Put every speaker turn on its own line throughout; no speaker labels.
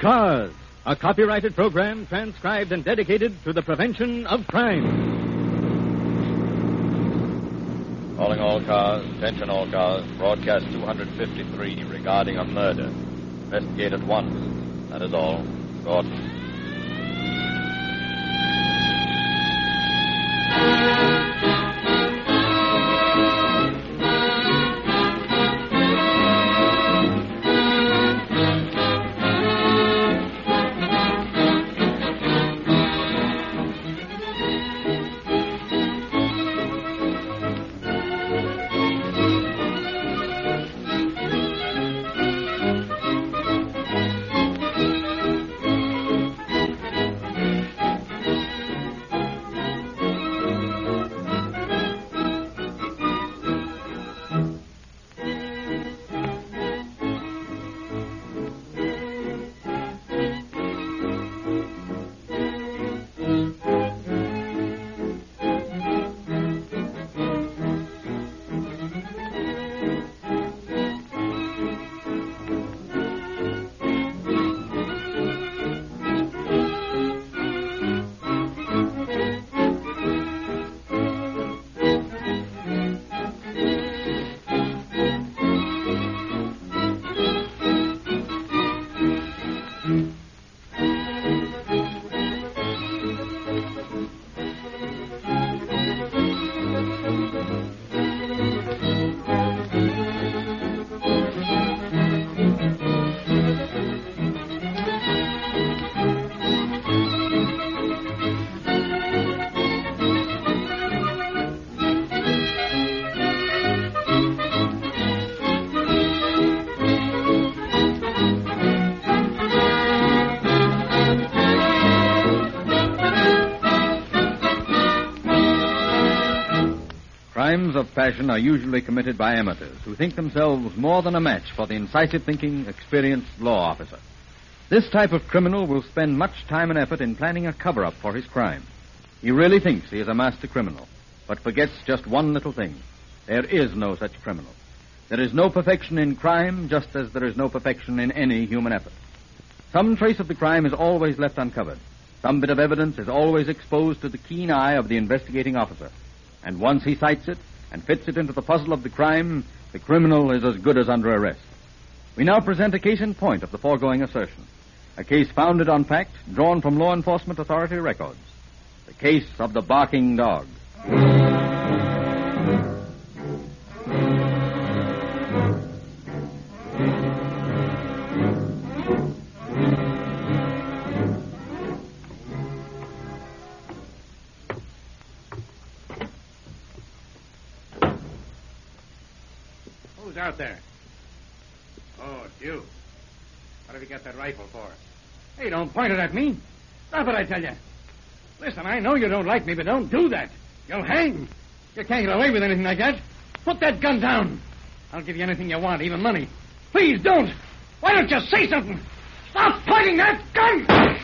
Cause, a copyrighted program transcribed and dedicated to the prevention of crime.
Calling all cars, attention all cars, broadcast 253 regarding a murder. Investigate at once. That is all. Gordon.
Crimes of passion are usually committed by amateurs who think themselves more than a match for the incisive thinking, experienced law officer. This type of criminal will spend much time and effort in planning a cover up for his crime. He really thinks he is a master criminal, but forgets just one little thing. There is no such criminal. There is no perfection in crime, just as there is no perfection in any human effort. Some trace of the crime is always left uncovered. Some bit of evidence is always exposed to the keen eye of the investigating officer. And once he sights it and fits it into the puzzle of the crime, the criminal is as good as under arrest. We now present a case in point of the foregoing assertion. A case founded on fact, drawn from law enforcement authority records. The case of the barking dog.
Who's out there? Oh, it's you. What have you got that rifle for? Hey, don't point it at me. Stop it, I tell you. Listen, I know you don't like me, but don't do that. You'll hang. You can't get away with anything like that. Put that gun down. I'll give you anything you want, even money. Please don't. Why don't you say something? Stop pointing that gun!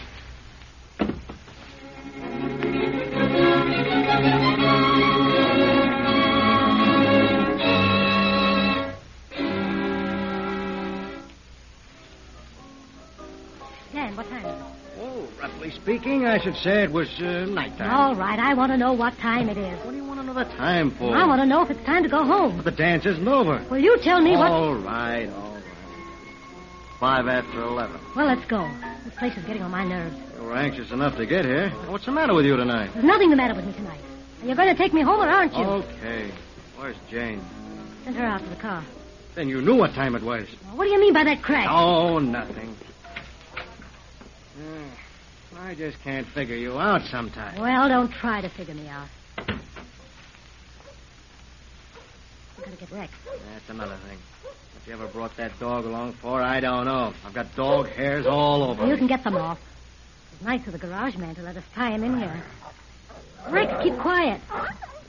Dan, what time is it?
Oh, roughly speaking, I should say it was uh, nighttime.
All right, I want to know what time it is.
What do you want another time for?
I want to know if it's time to go home.
The dance isn't over.
Will you tell me what?
All right, all right. Five after eleven.
Well, let's go. This place is getting on my nerves.
You were anxious enough to get here. What's the matter with you tonight?
There's nothing the matter with me tonight. Are you going to take me home or aren't you?
Oh. Okay. Where's Jane?
Send her out to the car.
Then you knew what time it was.
Now, what do you mean by that crash?
Oh, nothing. Uh, I just can't figure you out sometimes.
Well, don't try to figure me out. I'm going to get wrecked.
That's another thing. What you ever brought that dog along for, I don't know. I've got dog hairs all over.
You
me.
can get them off. It's nice of the garage man to let us tie him in here. Rex, keep quiet.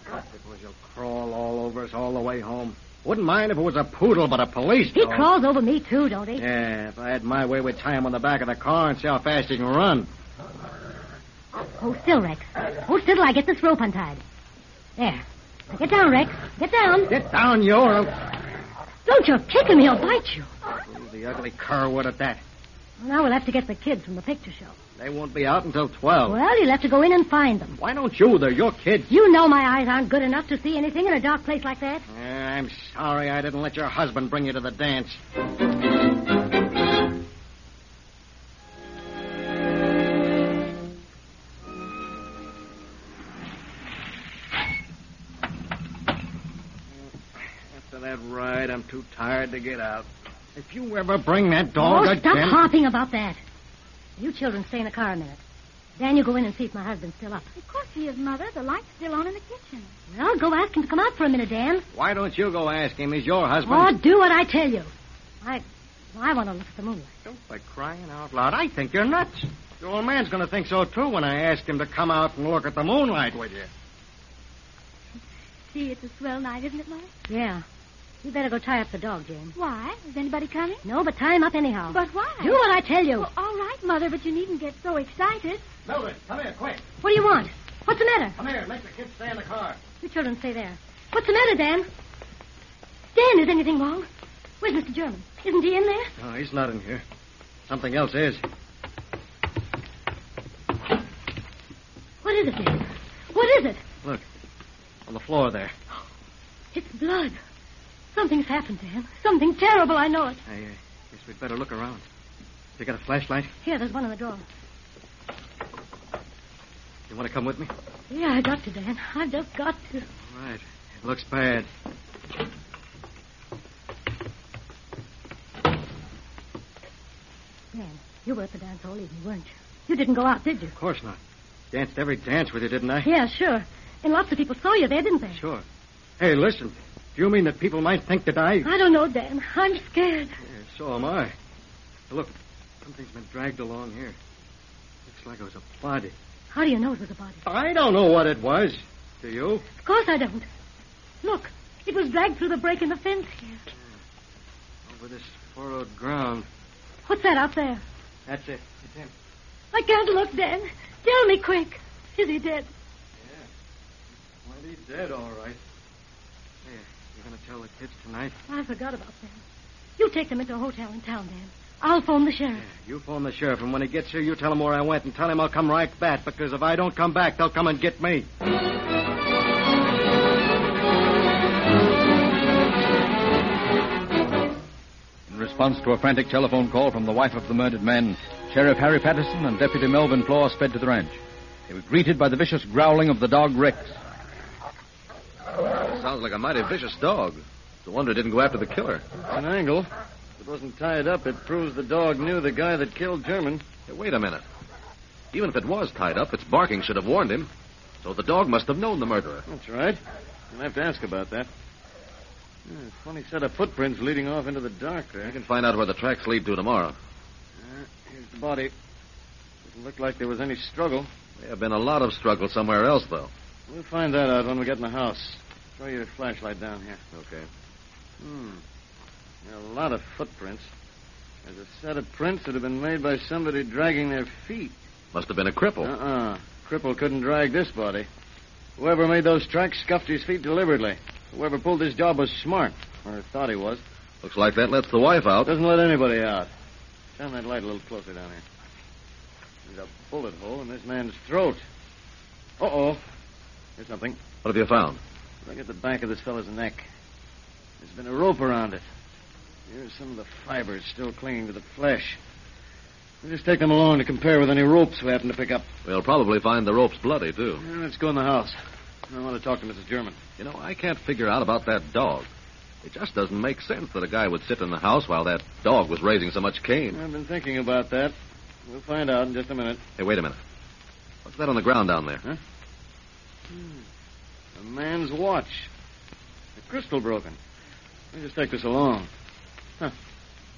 Suppose you'll crawl all over us all the way home. Wouldn't mind if it was a poodle, but a police
He
dog.
crawls over me, too, don't he?
Yeah, if I had my way, we'd tie him on the back of the car and see how fast he can run.
Hold still, Rex. Hold still till I get this rope untied. There. Now Get down, Rex. Get down.
Get down, you, or I'll
Don't you kick him, he'll bite you.
the ugly cur would at that.
Well, now we'll have to get the kids from the picture show.
They won't be out until 12.
Well, you'll have to go in and find them.
Why don't you? They're your kids.
You know my eyes aren't good enough to see anything in a dark place like that.
I'm sorry I didn't let your husband bring you to the dance. After that ride, I'm too tired to get out. If you ever bring that dog
oh, stop
again.
harping about that. You children stay in the car a minute. Dan, you go in and see if my husband's still up.
Of course he is, Mother. The light's still on in the kitchen.
Well, go ask him to come out for a minute, Dan.
Why don't you go ask him? He's your husband.
Or do what I tell you. I, I want to look at the moonlight.
Don't by crying out loud. I think you're nuts. The old man's going to think so, too, when I ask him to come out and look at the moonlight with you.
See, it's a swell night, isn't it, Mother?
Yeah. You better go tie up the dog, Jane.
Why? Is anybody coming?
No, but tie him up anyhow.
But why?
Do what I tell you.
Well, all right, Mother, but you needn't get so excited.
Mildred, come here, quick.
What do you want? What's the matter?
Come here. Make the kids stay in the car.
You children stay there. What's the matter, Dan? Dan, is anything wrong? Where's Mr. German? Isn't he in there?
No, he's not in here. Something else is.
What is it, Dan? What is it?
Look. On the floor there.
It's blood. Something's happened to him. Something terrible, I know it.
I uh, guess we'd better look around. You got a flashlight?
Here, there's one in the drawer.
You want to come with me?
Yeah, I got to, Dan. I've just got to.
All right. It looks bad.
Dan, you were at the dance all evening, weren't you? You didn't go out, did you?
Of course not. Danced every dance with you, didn't I?
Yeah, sure. And lots of people saw you there, didn't they?
Sure. Hey, listen. Do you mean that people might think that I...
I don't know, Dan. I'm scared.
Yeah, so am I. Look, something's been dragged along here. Looks like it was a body.
How do you know it was a body?
I don't know what it was. Do you?
Of course I don't. Look, it was dragged through the break in the fence here.
Over this furrowed ground.
What's that out there?
That's it. It's him.
I can't look, Dan. Tell me quick. Is he dead?
Yeah. Mighty dead, all right. Hey, you're going to tell the kids tonight?
I forgot about them. You take them into a hotel in town, Dan. I'll phone the sheriff.
You phone the sheriff, and when he gets here, you tell him where I went and tell him I'll come right back, because if I don't come back, they'll come and get me.
In response to a frantic telephone call from the wife of the murdered man, Sheriff Harry Patterson and Deputy Melvin Claw sped to the ranch. They were greeted by the vicious growling of the dog Rex.
Sounds like a mighty vicious dog. It's a wonder it didn't go after the killer.
An angle. If it wasn't tied up, it proves the dog knew the guy that killed German.
Hey, wait a minute. Even if it was tied up, its barking should have warned him. So the dog must have known the murderer.
That's right. You'll have to ask about that. Yeah, funny set of footprints leading off into the dark there.
We can find out where the tracks lead to tomorrow.
Uh, here's the body. Doesn't look like there was any struggle.
There have been a lot of struggle somewhere else, though.
We'll find that out when we get in the house. Throw your flashlight down here.
Okay.
Hmm. There are a lot of footprints. There's a set of prints that have been made by somebody dragging their feet.
Must have been a cripple.
Uh-uh. Cripple couldn't drag this body. Whoever made those tracks scuffed his feet deliberately. Whoever pulled this job was smart, or thought he was.
Looks like that lets the wife
Oh.
out.
Doesn't let anybody out. Shine that light a little closer down here. There's a bullet hole in this man's throat. Uh-oh. Here's something.
What have you found?
Look at the back of this fellow's neck. There's been a rope around it. Here's some of the fibers still clinging to the flesh. We'll just take them along to compare with any ropes we happen to pick up.
We'll probably find the ropes bloody, too.
Now, let's go in the house. I want to talk to Mrs. German.
You know, I can't figure out about that dog. It just doesn't make sense that a guy would sit in the house while that dog was raising so much cane.
I've been thinking about that. We'll find out in just a minute.
Hey, wait a minute. What's that on the ground down there?
A man's watch. The crystal broken. We'll just take this along. Huh.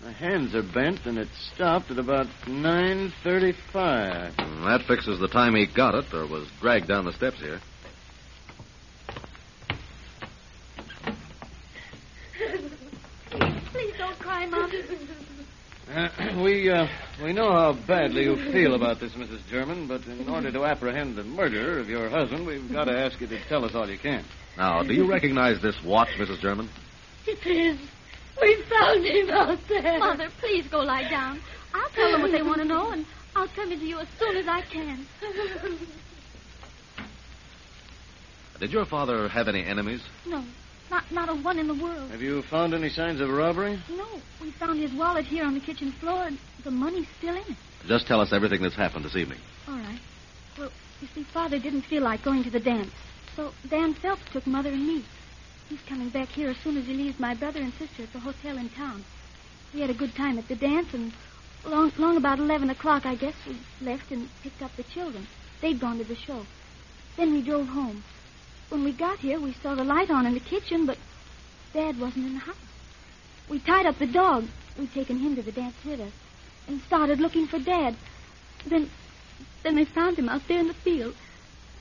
My hands are bent, and it stopped at about 9.35.
Mm, That fixes the time he got it or was dragged down the steps here.
Please don't cry, Mother.
Uh, we, uh, we know how badly you feel about this, Mrs. German, but in order to apprehend the murderer of your husband, we've got to ask you to tell us all you can.
Now, do you recognize this watch, Mrs. German?
It is. We found him out there.
Mother, please go lie down. I'll tell them what they want to know, and I'll come into you as soon as I can.
Did your father have any enemies?
no, not not a one in the world.
Have you found any signs of robbery?
No, we found his wallet here on the kitchen floor, and the money's still in it.
Just tell us everything that's happened this evening.
All right. Well, you see, Father didn't feel like going to the dance, so Dan Phelps took Mother and me. He's coming back here as soon as he leaves my brother and sister at the hotel in town. We had a good time at the dance, and long, long about 11 o'clock, I guess, we left and picked up the children. They'd gone to the show. Then we drove home. When we got here, we saw the light on in the kitchen, but Dad wasn't in the house. We tied up the dog. We'd taken him to the dance with us and started looking for Dad. Then then they found him out there in the field.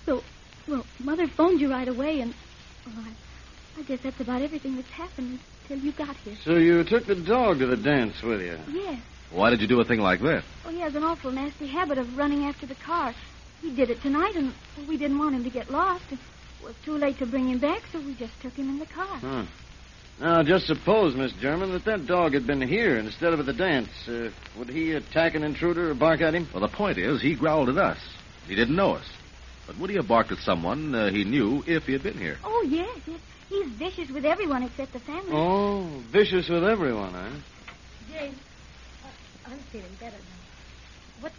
So, well, Mother phoned you right away, and well, I, I guess that's about everything that's happened until you got here.
So you took the dog to the dance with you.
Yes.
Why did you do a thing like this?
Well, he has an awful nasty habit of running after the car. He did it tonight, and well, we didn't want him to get lost. It was too late to bring him back, so we just took him in the car.
Huh. Hmm. Now, just suppose, Miss German, that that dog had been here instead of at the dance. Uh, would he attack an intruder or bark at him?
Well, the point is, he growled at us. He didn't know us. But would he have barked at someone uh, he knew if he had been here?
Oh, yes, yes. He's vicious with everyone except the family.
Oh, vicious with everyone, huh?
Jane, I'm feeling better now. What,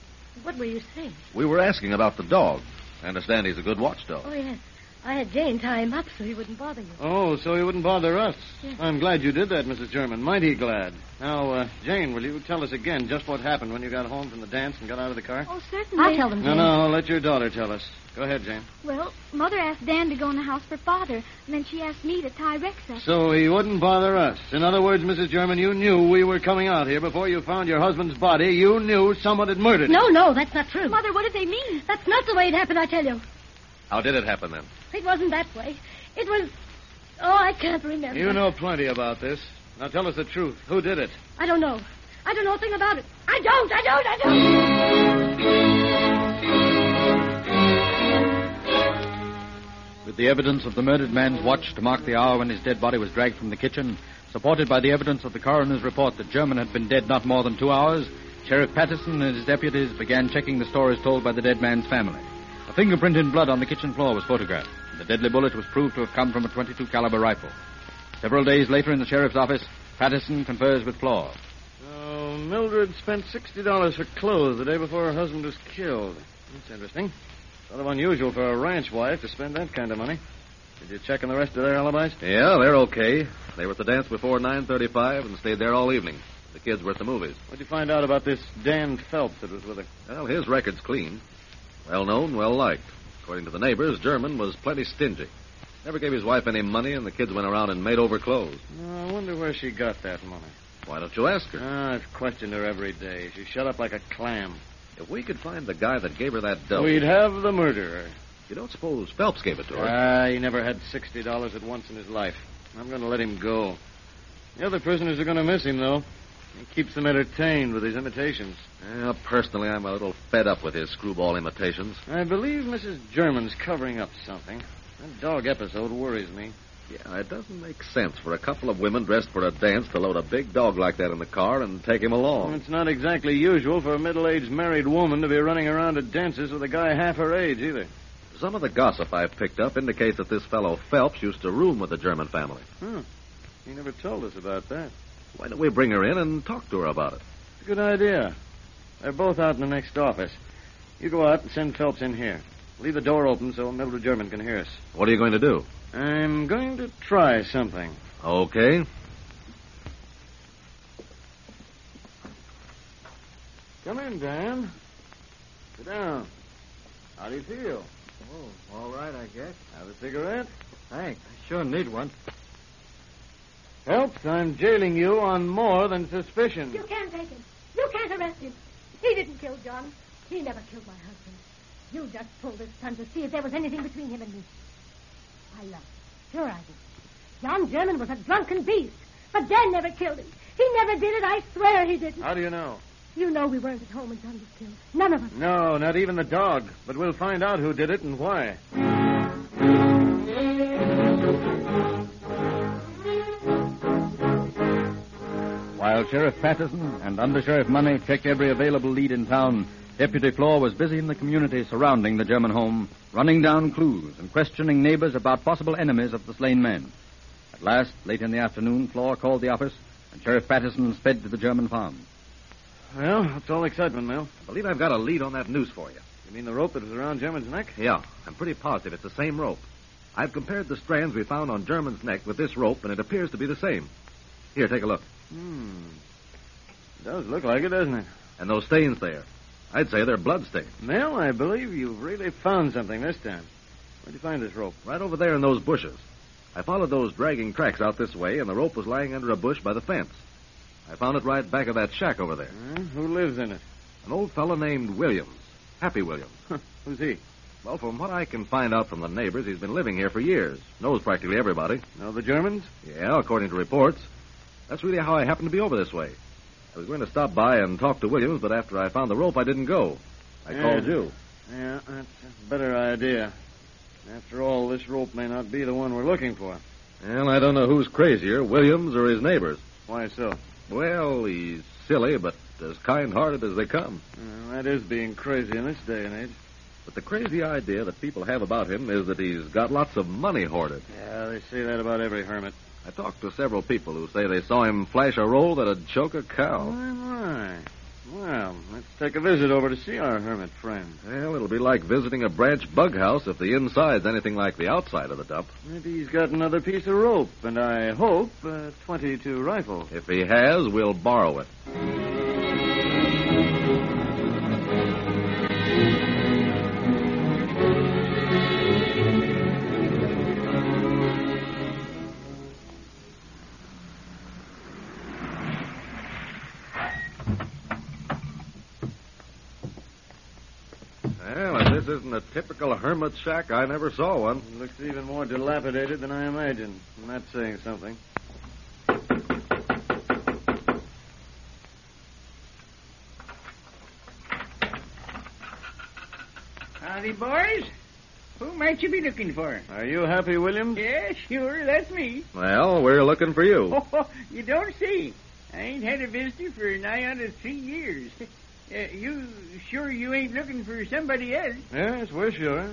what were you saying?
We were asking about the dog. I understand he's a good watchdog.
Oh, yes. I had Jane tie him up so he wouldn't bother you.
Oh, so he wouldn't bother us.
Yes.
I'm glad you did that, Mrs. German. Mighty glad. Now, uh, Jane, will you tell us again just what happened when you got home from the dance and got out of the car?
Oh, certainly.
I'll tell them,
No,
Jane.
no, let your daughter tell us. Go ahead, Jane.
Well, Mother asked Dan to go in the house for Father, and then she asked me to tie Rex up.
So he wouldn't bother us. In other words, Mrs. German, you knew we were coming out here before you found your husband's body. You knew someone had murdered him.
No, no, that's not true.
Mother, what did they mean?
That's not the way it happened, I tell you.
How did it happen then?
It wasn't that way. It was. Oh, I can't remember.
You know plenty about this. Now tell us the truth. Who did it?
I don't know. I don't know a thing about it. I don't, I don't, I don't.
With the evidence of the murdered man's watch to mark the hour when his dead body was dragged from the kitchen, supported by the evidence of the coroner's report that German had been dead not more than two hours, Sheriff Patterson and his deputies began checking the stories told by the dead man's family. A fingerprint in blood on the kitchen floor was photographed. and The deadly bullet was proved to have come from a 22 caliber rifle. Several days later in the sheriff's office, Patterson confers with Flaw.
So Mildred spent $60 for clothes the day before her husband was killed. That's interesting. Sort of unusual for a ranch wife to spend that kind of money. Did you check on the rest of their alibis?
Yeah, they're okay. They were at the dance before 9.35 and stayed there all evening. The kids were at the movies.
What'd you find out about this Dan Phelps that was with her?
Well, his record's clean. Well known, well liked. According to the neighbors, German was plenty stingy. Never gave his wife any money, and the kids went around and made over clothes.
I wonder where she got that money.
Why don't you ask her?
Ah, I've questioned her every day. She shut up like a clam.
If we could find the guy that gave her that dough,
We'd have the murderer.
you don't suppose Phelps gave it to her?
Ah, he never had sixty dollars at once in his life. I'm going to let him go. The other prisoners are going to miss him, though. He keeps them entertained with his imitations.
Well, personally, I'm a little fed up with his screwball imitations.
I believe Mrs. German's covering up something. That dog episode worries me.
Yeah, it doesn't make sense for a couple of women dressed for a dance to load a big dog like that in the car and take him along.
It's not exactly usual for a middle-aged married woman to be running around at dances with a guy half her age, either.
Some of the gossip I picked up indicates that this fellow Phelps used to room with the German family.
Hmm. He never told us about that.
Why don't we bring her in and talk to her about it?
Good idea. They're both out in the next office. You go out and send Phelps in here. Leave the door open so Mildred German can hear us.
What are you going to do?
I'm going to try something.
Okay.
Come in, Dan. Sit down. How do you feel?
Oh, all right, I guess.
Have a cigarette?
Thanks. I sure need one.
Phelps, I'm jailing you on more than suspicion.
You can't take him. You can't arrest him. He didn't kill John. He never killed my husband. You just pulled his son to see if there was anything between him and me. I loved him. Sure I did. John German was a drunken beast. But Dan never killed him. He never did it. I swear he didn't.
How do you know?
You know we weren't at home when John was killed. None of us.
No, not even the dog. But we'll find out who did it and why.
While While Sheriff Patterson and Under Sheriff Money checked every available lead in town, Deputy Floor was busy in the community surrounding the German home, running down clues and questioning neighbors about possible enemies of the slain man. At last, late in the afternoon, Floor called the office, and Sheriff Patterson sped to the German farm.
Well, that's all excitement, Mel.
I believe I've got a lead on that noose for you.
You mean the rope that was around German's neck?
Yeah, I'm pretty positive it's the same rope. I've compared the strands we found on German's neck with this rope, and it appears to be the same. Here, take a look.
Hmm. Does look like it, doesn't it?
And those stains there. I'd say they're blood stains.
Mel, I believe you've really found something this time. Where'd you find this rope?
Right over there in those bushes. I followed those dragging tracks out this way, and the rope was lying under a bush by the fence. I found it right back of that shack over there.
Huh? who lives in it?
An old fellow named Williams. Happy Williams.
Who's he?
Well, from what I can find out from the neighbors, he's been living here for years. Knows practically everybody.
Know the Germans?
Yeah, according to reports. That's really how I happened to be over this way. I was going to stop by and talk to Williams, but after I found the rope, I didn't go. I
Yeah.
called you.
Yeah, that's a better idea. After all, this rope may not be the one we're looking for.
Well, I don't know who's crazier, Williams or his neighbors.
Why so?
Well, he's silly, but as kind-hearted as they come.
Uh, that is being crazy in this day and age.
But the crazy idea that people have about him is that he's got lots of money hoarded.
Yeah, they say that about every hermit.
I talked to several people who say they saw him flash a roll that'd choke a cow.
My, my. Well, let's take a visit over to see our hermit friend.
Well, it'll be like visiting a branch bug house if the inside's anything like the outside of the dump.
Maybe he's got another piece of rope, and I hope uh, a 22 rifle.
If he has, we'll borrow it. Well, if this isn't a typical hermit shack, I never saw one.
Looks even more dilapidated than I imagined. And that's saying something.
Howdy, boys. Who might you be looking for?
Are you happy, Williams?
Yeah, sure, that's me.
Well, we're looking for you.
Oh, you don't see. I ain't had a visitor for nigh on to three years. Uh, you sure you ain't looking for somebody else?
Yes, we're sure.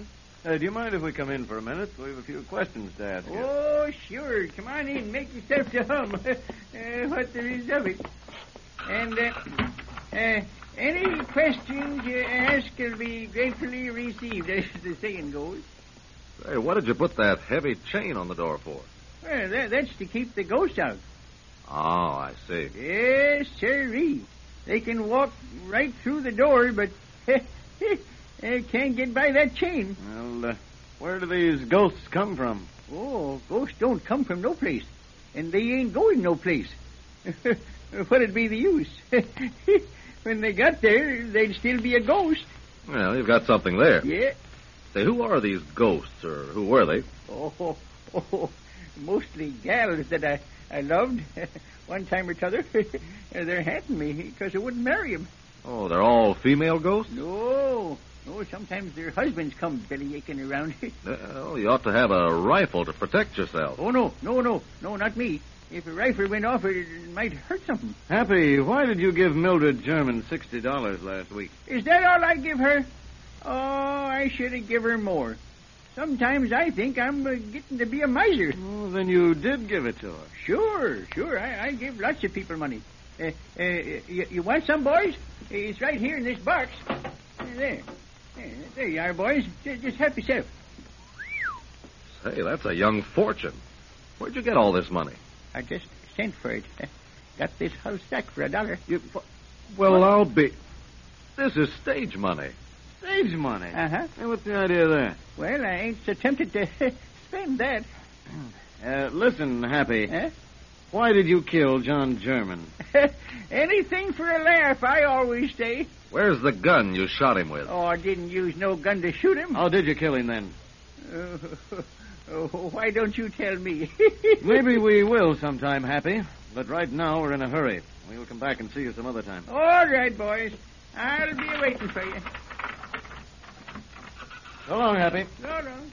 Uh, do you mind if we come in for a minute? We've a few questions to ask you.
Oh, sure. Come on in. Make yourself to home. uh, what there is of it. And uh, uh, any questions you ask will be gratefully received, as the saying goes.
Hey, what did you put that heavy chain on the door for?
Well, that, that's to keep the ghosts out.
Oh, I see.
Yes, sirree. They can walk right through the door, but they can't get by that chain.
Well, uh, where do these ghosts come from?
Oh, ghosts don't come from no place, and they ain't going no place. What'd be the use? when they got there, they'd still be a ghost.
Well, you've got something there.
Yeah.
Say, who are these ghosts, or who were they?
Oh, oh mostly gals that I, I loved one time or t'other. They're hating me because I wouldn't marry 'em.
Oh, they're all female ghosts?
No, no. Sometimes their husbands come belly aching around.
Well, you ought to have a rifle to protect yourself.
oh no, no, no, no, not me. If a rifle went off, it might hurt something.
Happy, why did you give Mildred German $60 last week?
Is that all I give her? Oh, I should have give her more. Sometimes I think I'm uh, getting to be a miser.
Oh, then you did give it to her.
Sure, sure. I, I give lots of people money. Uh, uh, you, you want some, boys? It's right here in this box. Uh, There. There, there you are, boys. Just, just help yourself.
Say, that's a young fortune. Where'd you get all this money?
I just sent for it. Uh, Got this whole sack for a dollar.
You,
Well, I'll be. This is stage money.
stage money.
Uh huh.
Hey, what's the idea there?
Well, I ain't so tempted to spend that.
Uh, listen, Happy.
Huh?
Why did you kill John German?
Anything for a laugh, I always say.
Where's the gun you shot him with?
Oh, I didn't use no gun to shoot him.
How did you kill him then?
Oh, oh, why don't you tell me?
Maybe we will sometime, Happy. But right now we're in a hurry. We'll come back and see you some other time.
All right, boys. I'll be waiting for you.
So long, Happy.
So long.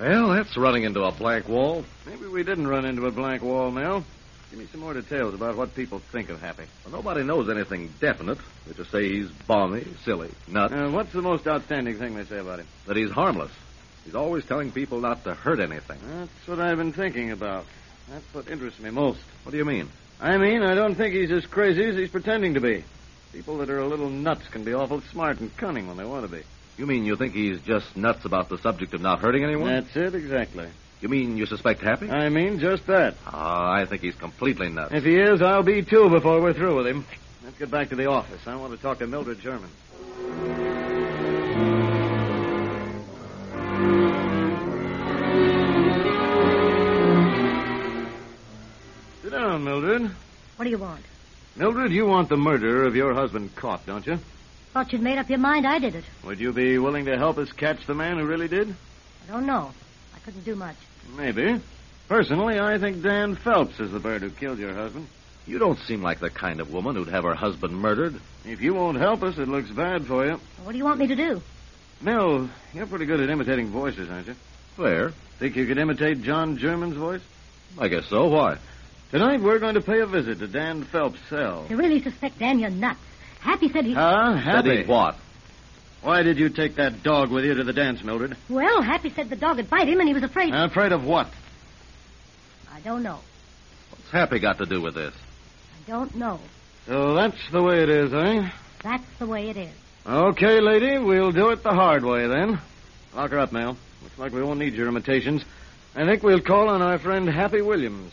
Well, that's running into a blank wall.
Maybe we didn't run into a blank wall, Mel. Give me some more details about what people think of Happy.
Well, nobody knows anything definite. They just say he's balmy, silly, nuts,
Uh, what's the most outstanding thing they say about him?
that he's harmless. He's always telling people not to hurt anything.
That's what I've been thinking about. That's what interests me most.
What do you mean?
I mean, I don't think he's as crazy as he's pretending to be. People that are a little nuts can be awful smart and cunning when they want to be.
You mean you think he's just nuts about the subject of not hurting anyone?
That's it, exactly.
You mean you suspect Happy?
I mean, just that.
Ah, I think he's completely nuts.
If he is, I'll be too before we're through with him. Let's get back to the office. I want to talk to Mildred Sherman. Sit down, Mildred.
What do you want?
Mildred, you want the murderer of your husband caught, don't you?
Thought you'd made up your mind I did it.
Would you be willing to help us catch the man who really did?
I don't know. I couldn't do much.
Maybe. Personally, I think Dan Phelps is the bird who killed your husband.
You don't seem like the kind of woman who'd have her husband murdered.
If you won't help us, it looks bad for you.
What do you want me to do?
Mill, you're pretty good at imitating voices, aren't you?
Fair.
Think you could imitate John German's voice?
I guess so. Why?
Tonight we're going to pay a visit to Dan Phelps' cell.
You really suspect Dan you're nuts. Happy said he...
Huh?
Said he
Happy.
what?
Why did you take that dog with you to the dance, Mildred?
well, Happy said the dog would bite him and he was afraid.
Afraid of what?
I don't know.
What's Happy got to do with this?
I don't know.
So that's the way it is, eh?
That's the way it is.
Okay, lady, we'll do it the hard way then. Lock her up, Mel. Looks like we won't need your imitations. I think we'll call on our friend Happy Williams.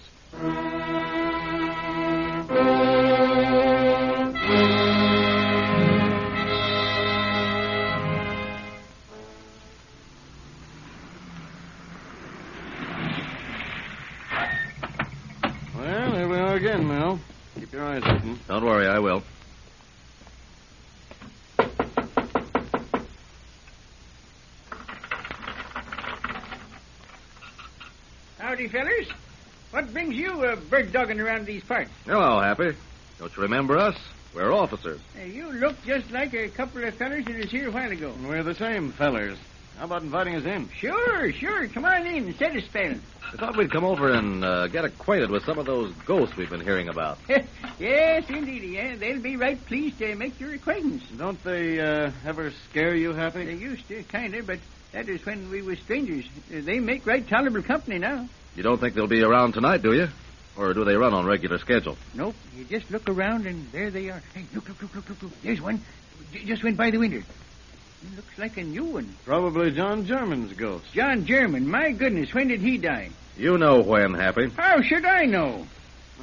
Well, here we are again, Mel. Keep your eyes open.
Don't worry, I will.
Howdy, fellers. What brings you uh, bird dogging around these parts?
Hello, Happy. Don't you remember us? We're officers.
Uh, you look just like a couple of fellers that was here a while ago.
We're the same fellers. How about inviting us in?
Sure, sure. Come on in and set a spell.
I thought we'd come over and uh, get acquainted with some of those ghosts we've been hearing about.
yes, indeed. Yeah. They'll be right pleased to make your acquaintance.
Don't they uh, ever scare you,
They
Happy?
used to, kind of, but that is when we were strangers. Uh, They make right tolerable company now.
You don't think they'll be around tonight, do you? Or do they run on regular schedule?
Nope. You just look around, and there they are. Hey, look, look, look, look, look, look. There's one. J- just went by the window. Looks like a new one.
Probably John German's ghost.
John German. My goodness, when did he die?
You know when, Happy.
How should I know?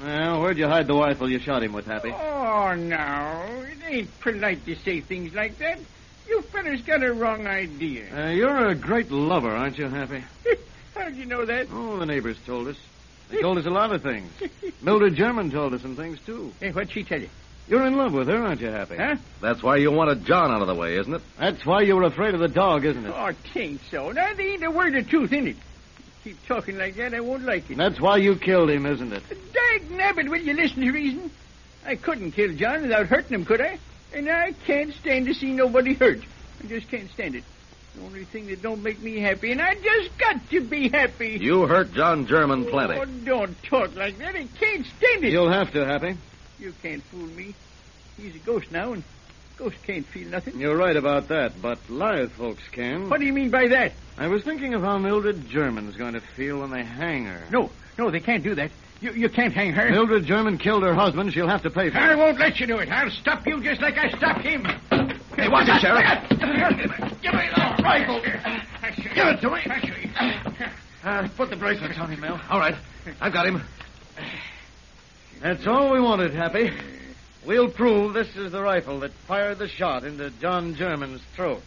Well, where'd you hide the rifle you shot him with, Happy?
Oh, no. It ain't polite to say things like that. You fellas got a wrong idea.
Uh, you're a great lover, aren't you, Happy?
How'd you know that?
Oh, the neighbors told us. They told us a lot of things. Mildred German told us some things, too.
Hey, what'd she tell you?
You're in love with her, aren't you, Happy?
Huh?
That's why you wanted John out of the way, isn't it?
That's why you were afraid of the dog, isn't it?
Oh, it ain't so. Now, there ain't a word of truth in it. Keep talking like that, I won't like it.
That's why you killed him, isn't it?
Dag nabbit, will you listen to reason? I couldn't kill John without hurting him, could I? And I can't stand to see nobody hurt. I just can't stand it. The only thing that don't make me happy, and I just got to be happy.
You hurt John German plenty.
Oh, don't talk like that. I can't stand it.
You'll have to, Happy.
You can't fool me. He's a ghost now, and ghosts can't feel nothing.
You're right about that, but live folks can.
What do you mean by that?
I was thinking of how Mildred German's going to feel when they hang her.
No, no, they can't do that. You, you can't hang her.
Mildred German killed her husband. She'll have to pay for
I
it.
won't let you do it. I'll stop you just like I stopped him. Hey,
what's it, Sheriff?
Give me that rifle. Give it to me.
Uh, put the bracelets on him, Mel.
All right. I've got him.
That's all we wanted, Happy. We'll prove this is the rifle that fired the shot into John German's throat.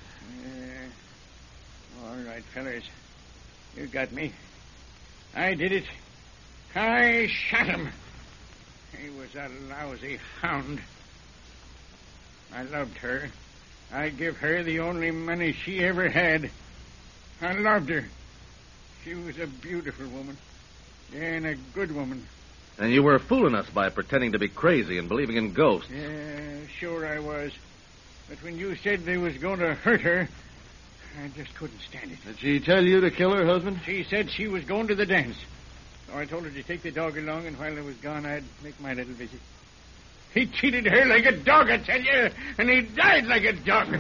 Uh, all right, fellas. You got me. I did it. I shot him. He was a lousy hound. I loved her. I give her the only money she ever had. I loved her. She was a beautiful woman. Yeah, and a good woman.
And you were fooling us by pretending to be crazy and believing in ghosts.
Yeah, sure I was. But when you said they was going to hurt her, I just couldn't stand it.
Did she tell you to kill her husband?
She said she was going to the dance. So I told her to take the dog along, and while I was gone, I'd make my little visit. He cheated her like a dog, I tell you, and he died like a dog.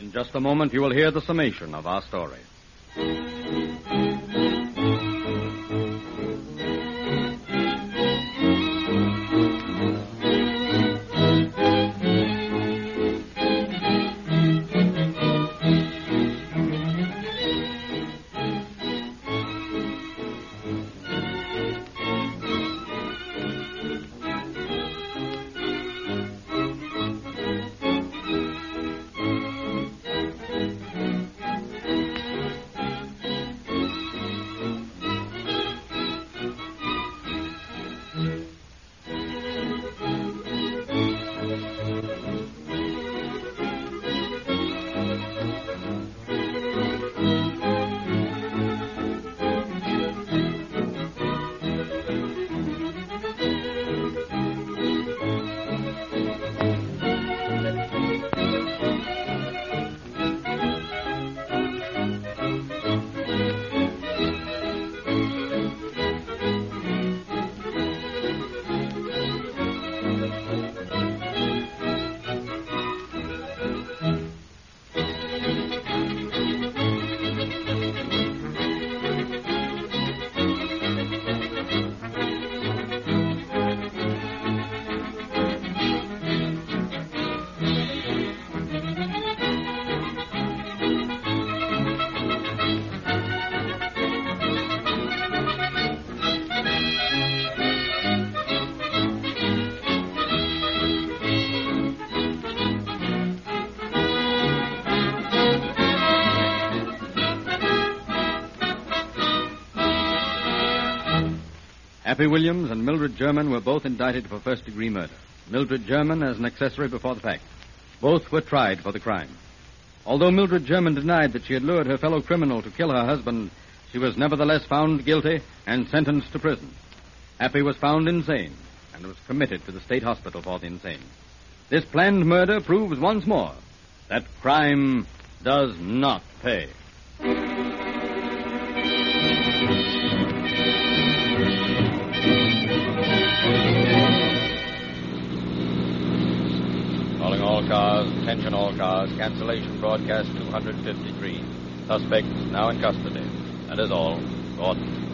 In just a moment, you will hear the summation of our story. Happy Williams and Mildred German were both indicted for first degree murder. Mildred German as an accessory before the fact. Both were tried for the crime. Although Mildred German denied that she had lured her fellow criminal to kill her husband, she was nevertheless found guilty and sentenced to prison. Happy was found insane and was committed to the state hospital for the insane. This planned murder proves once more that crime does not pay.
Calling all cars, attention all cars, cancellation broadcast 253. Suspects now in custody. That is all. Gordon.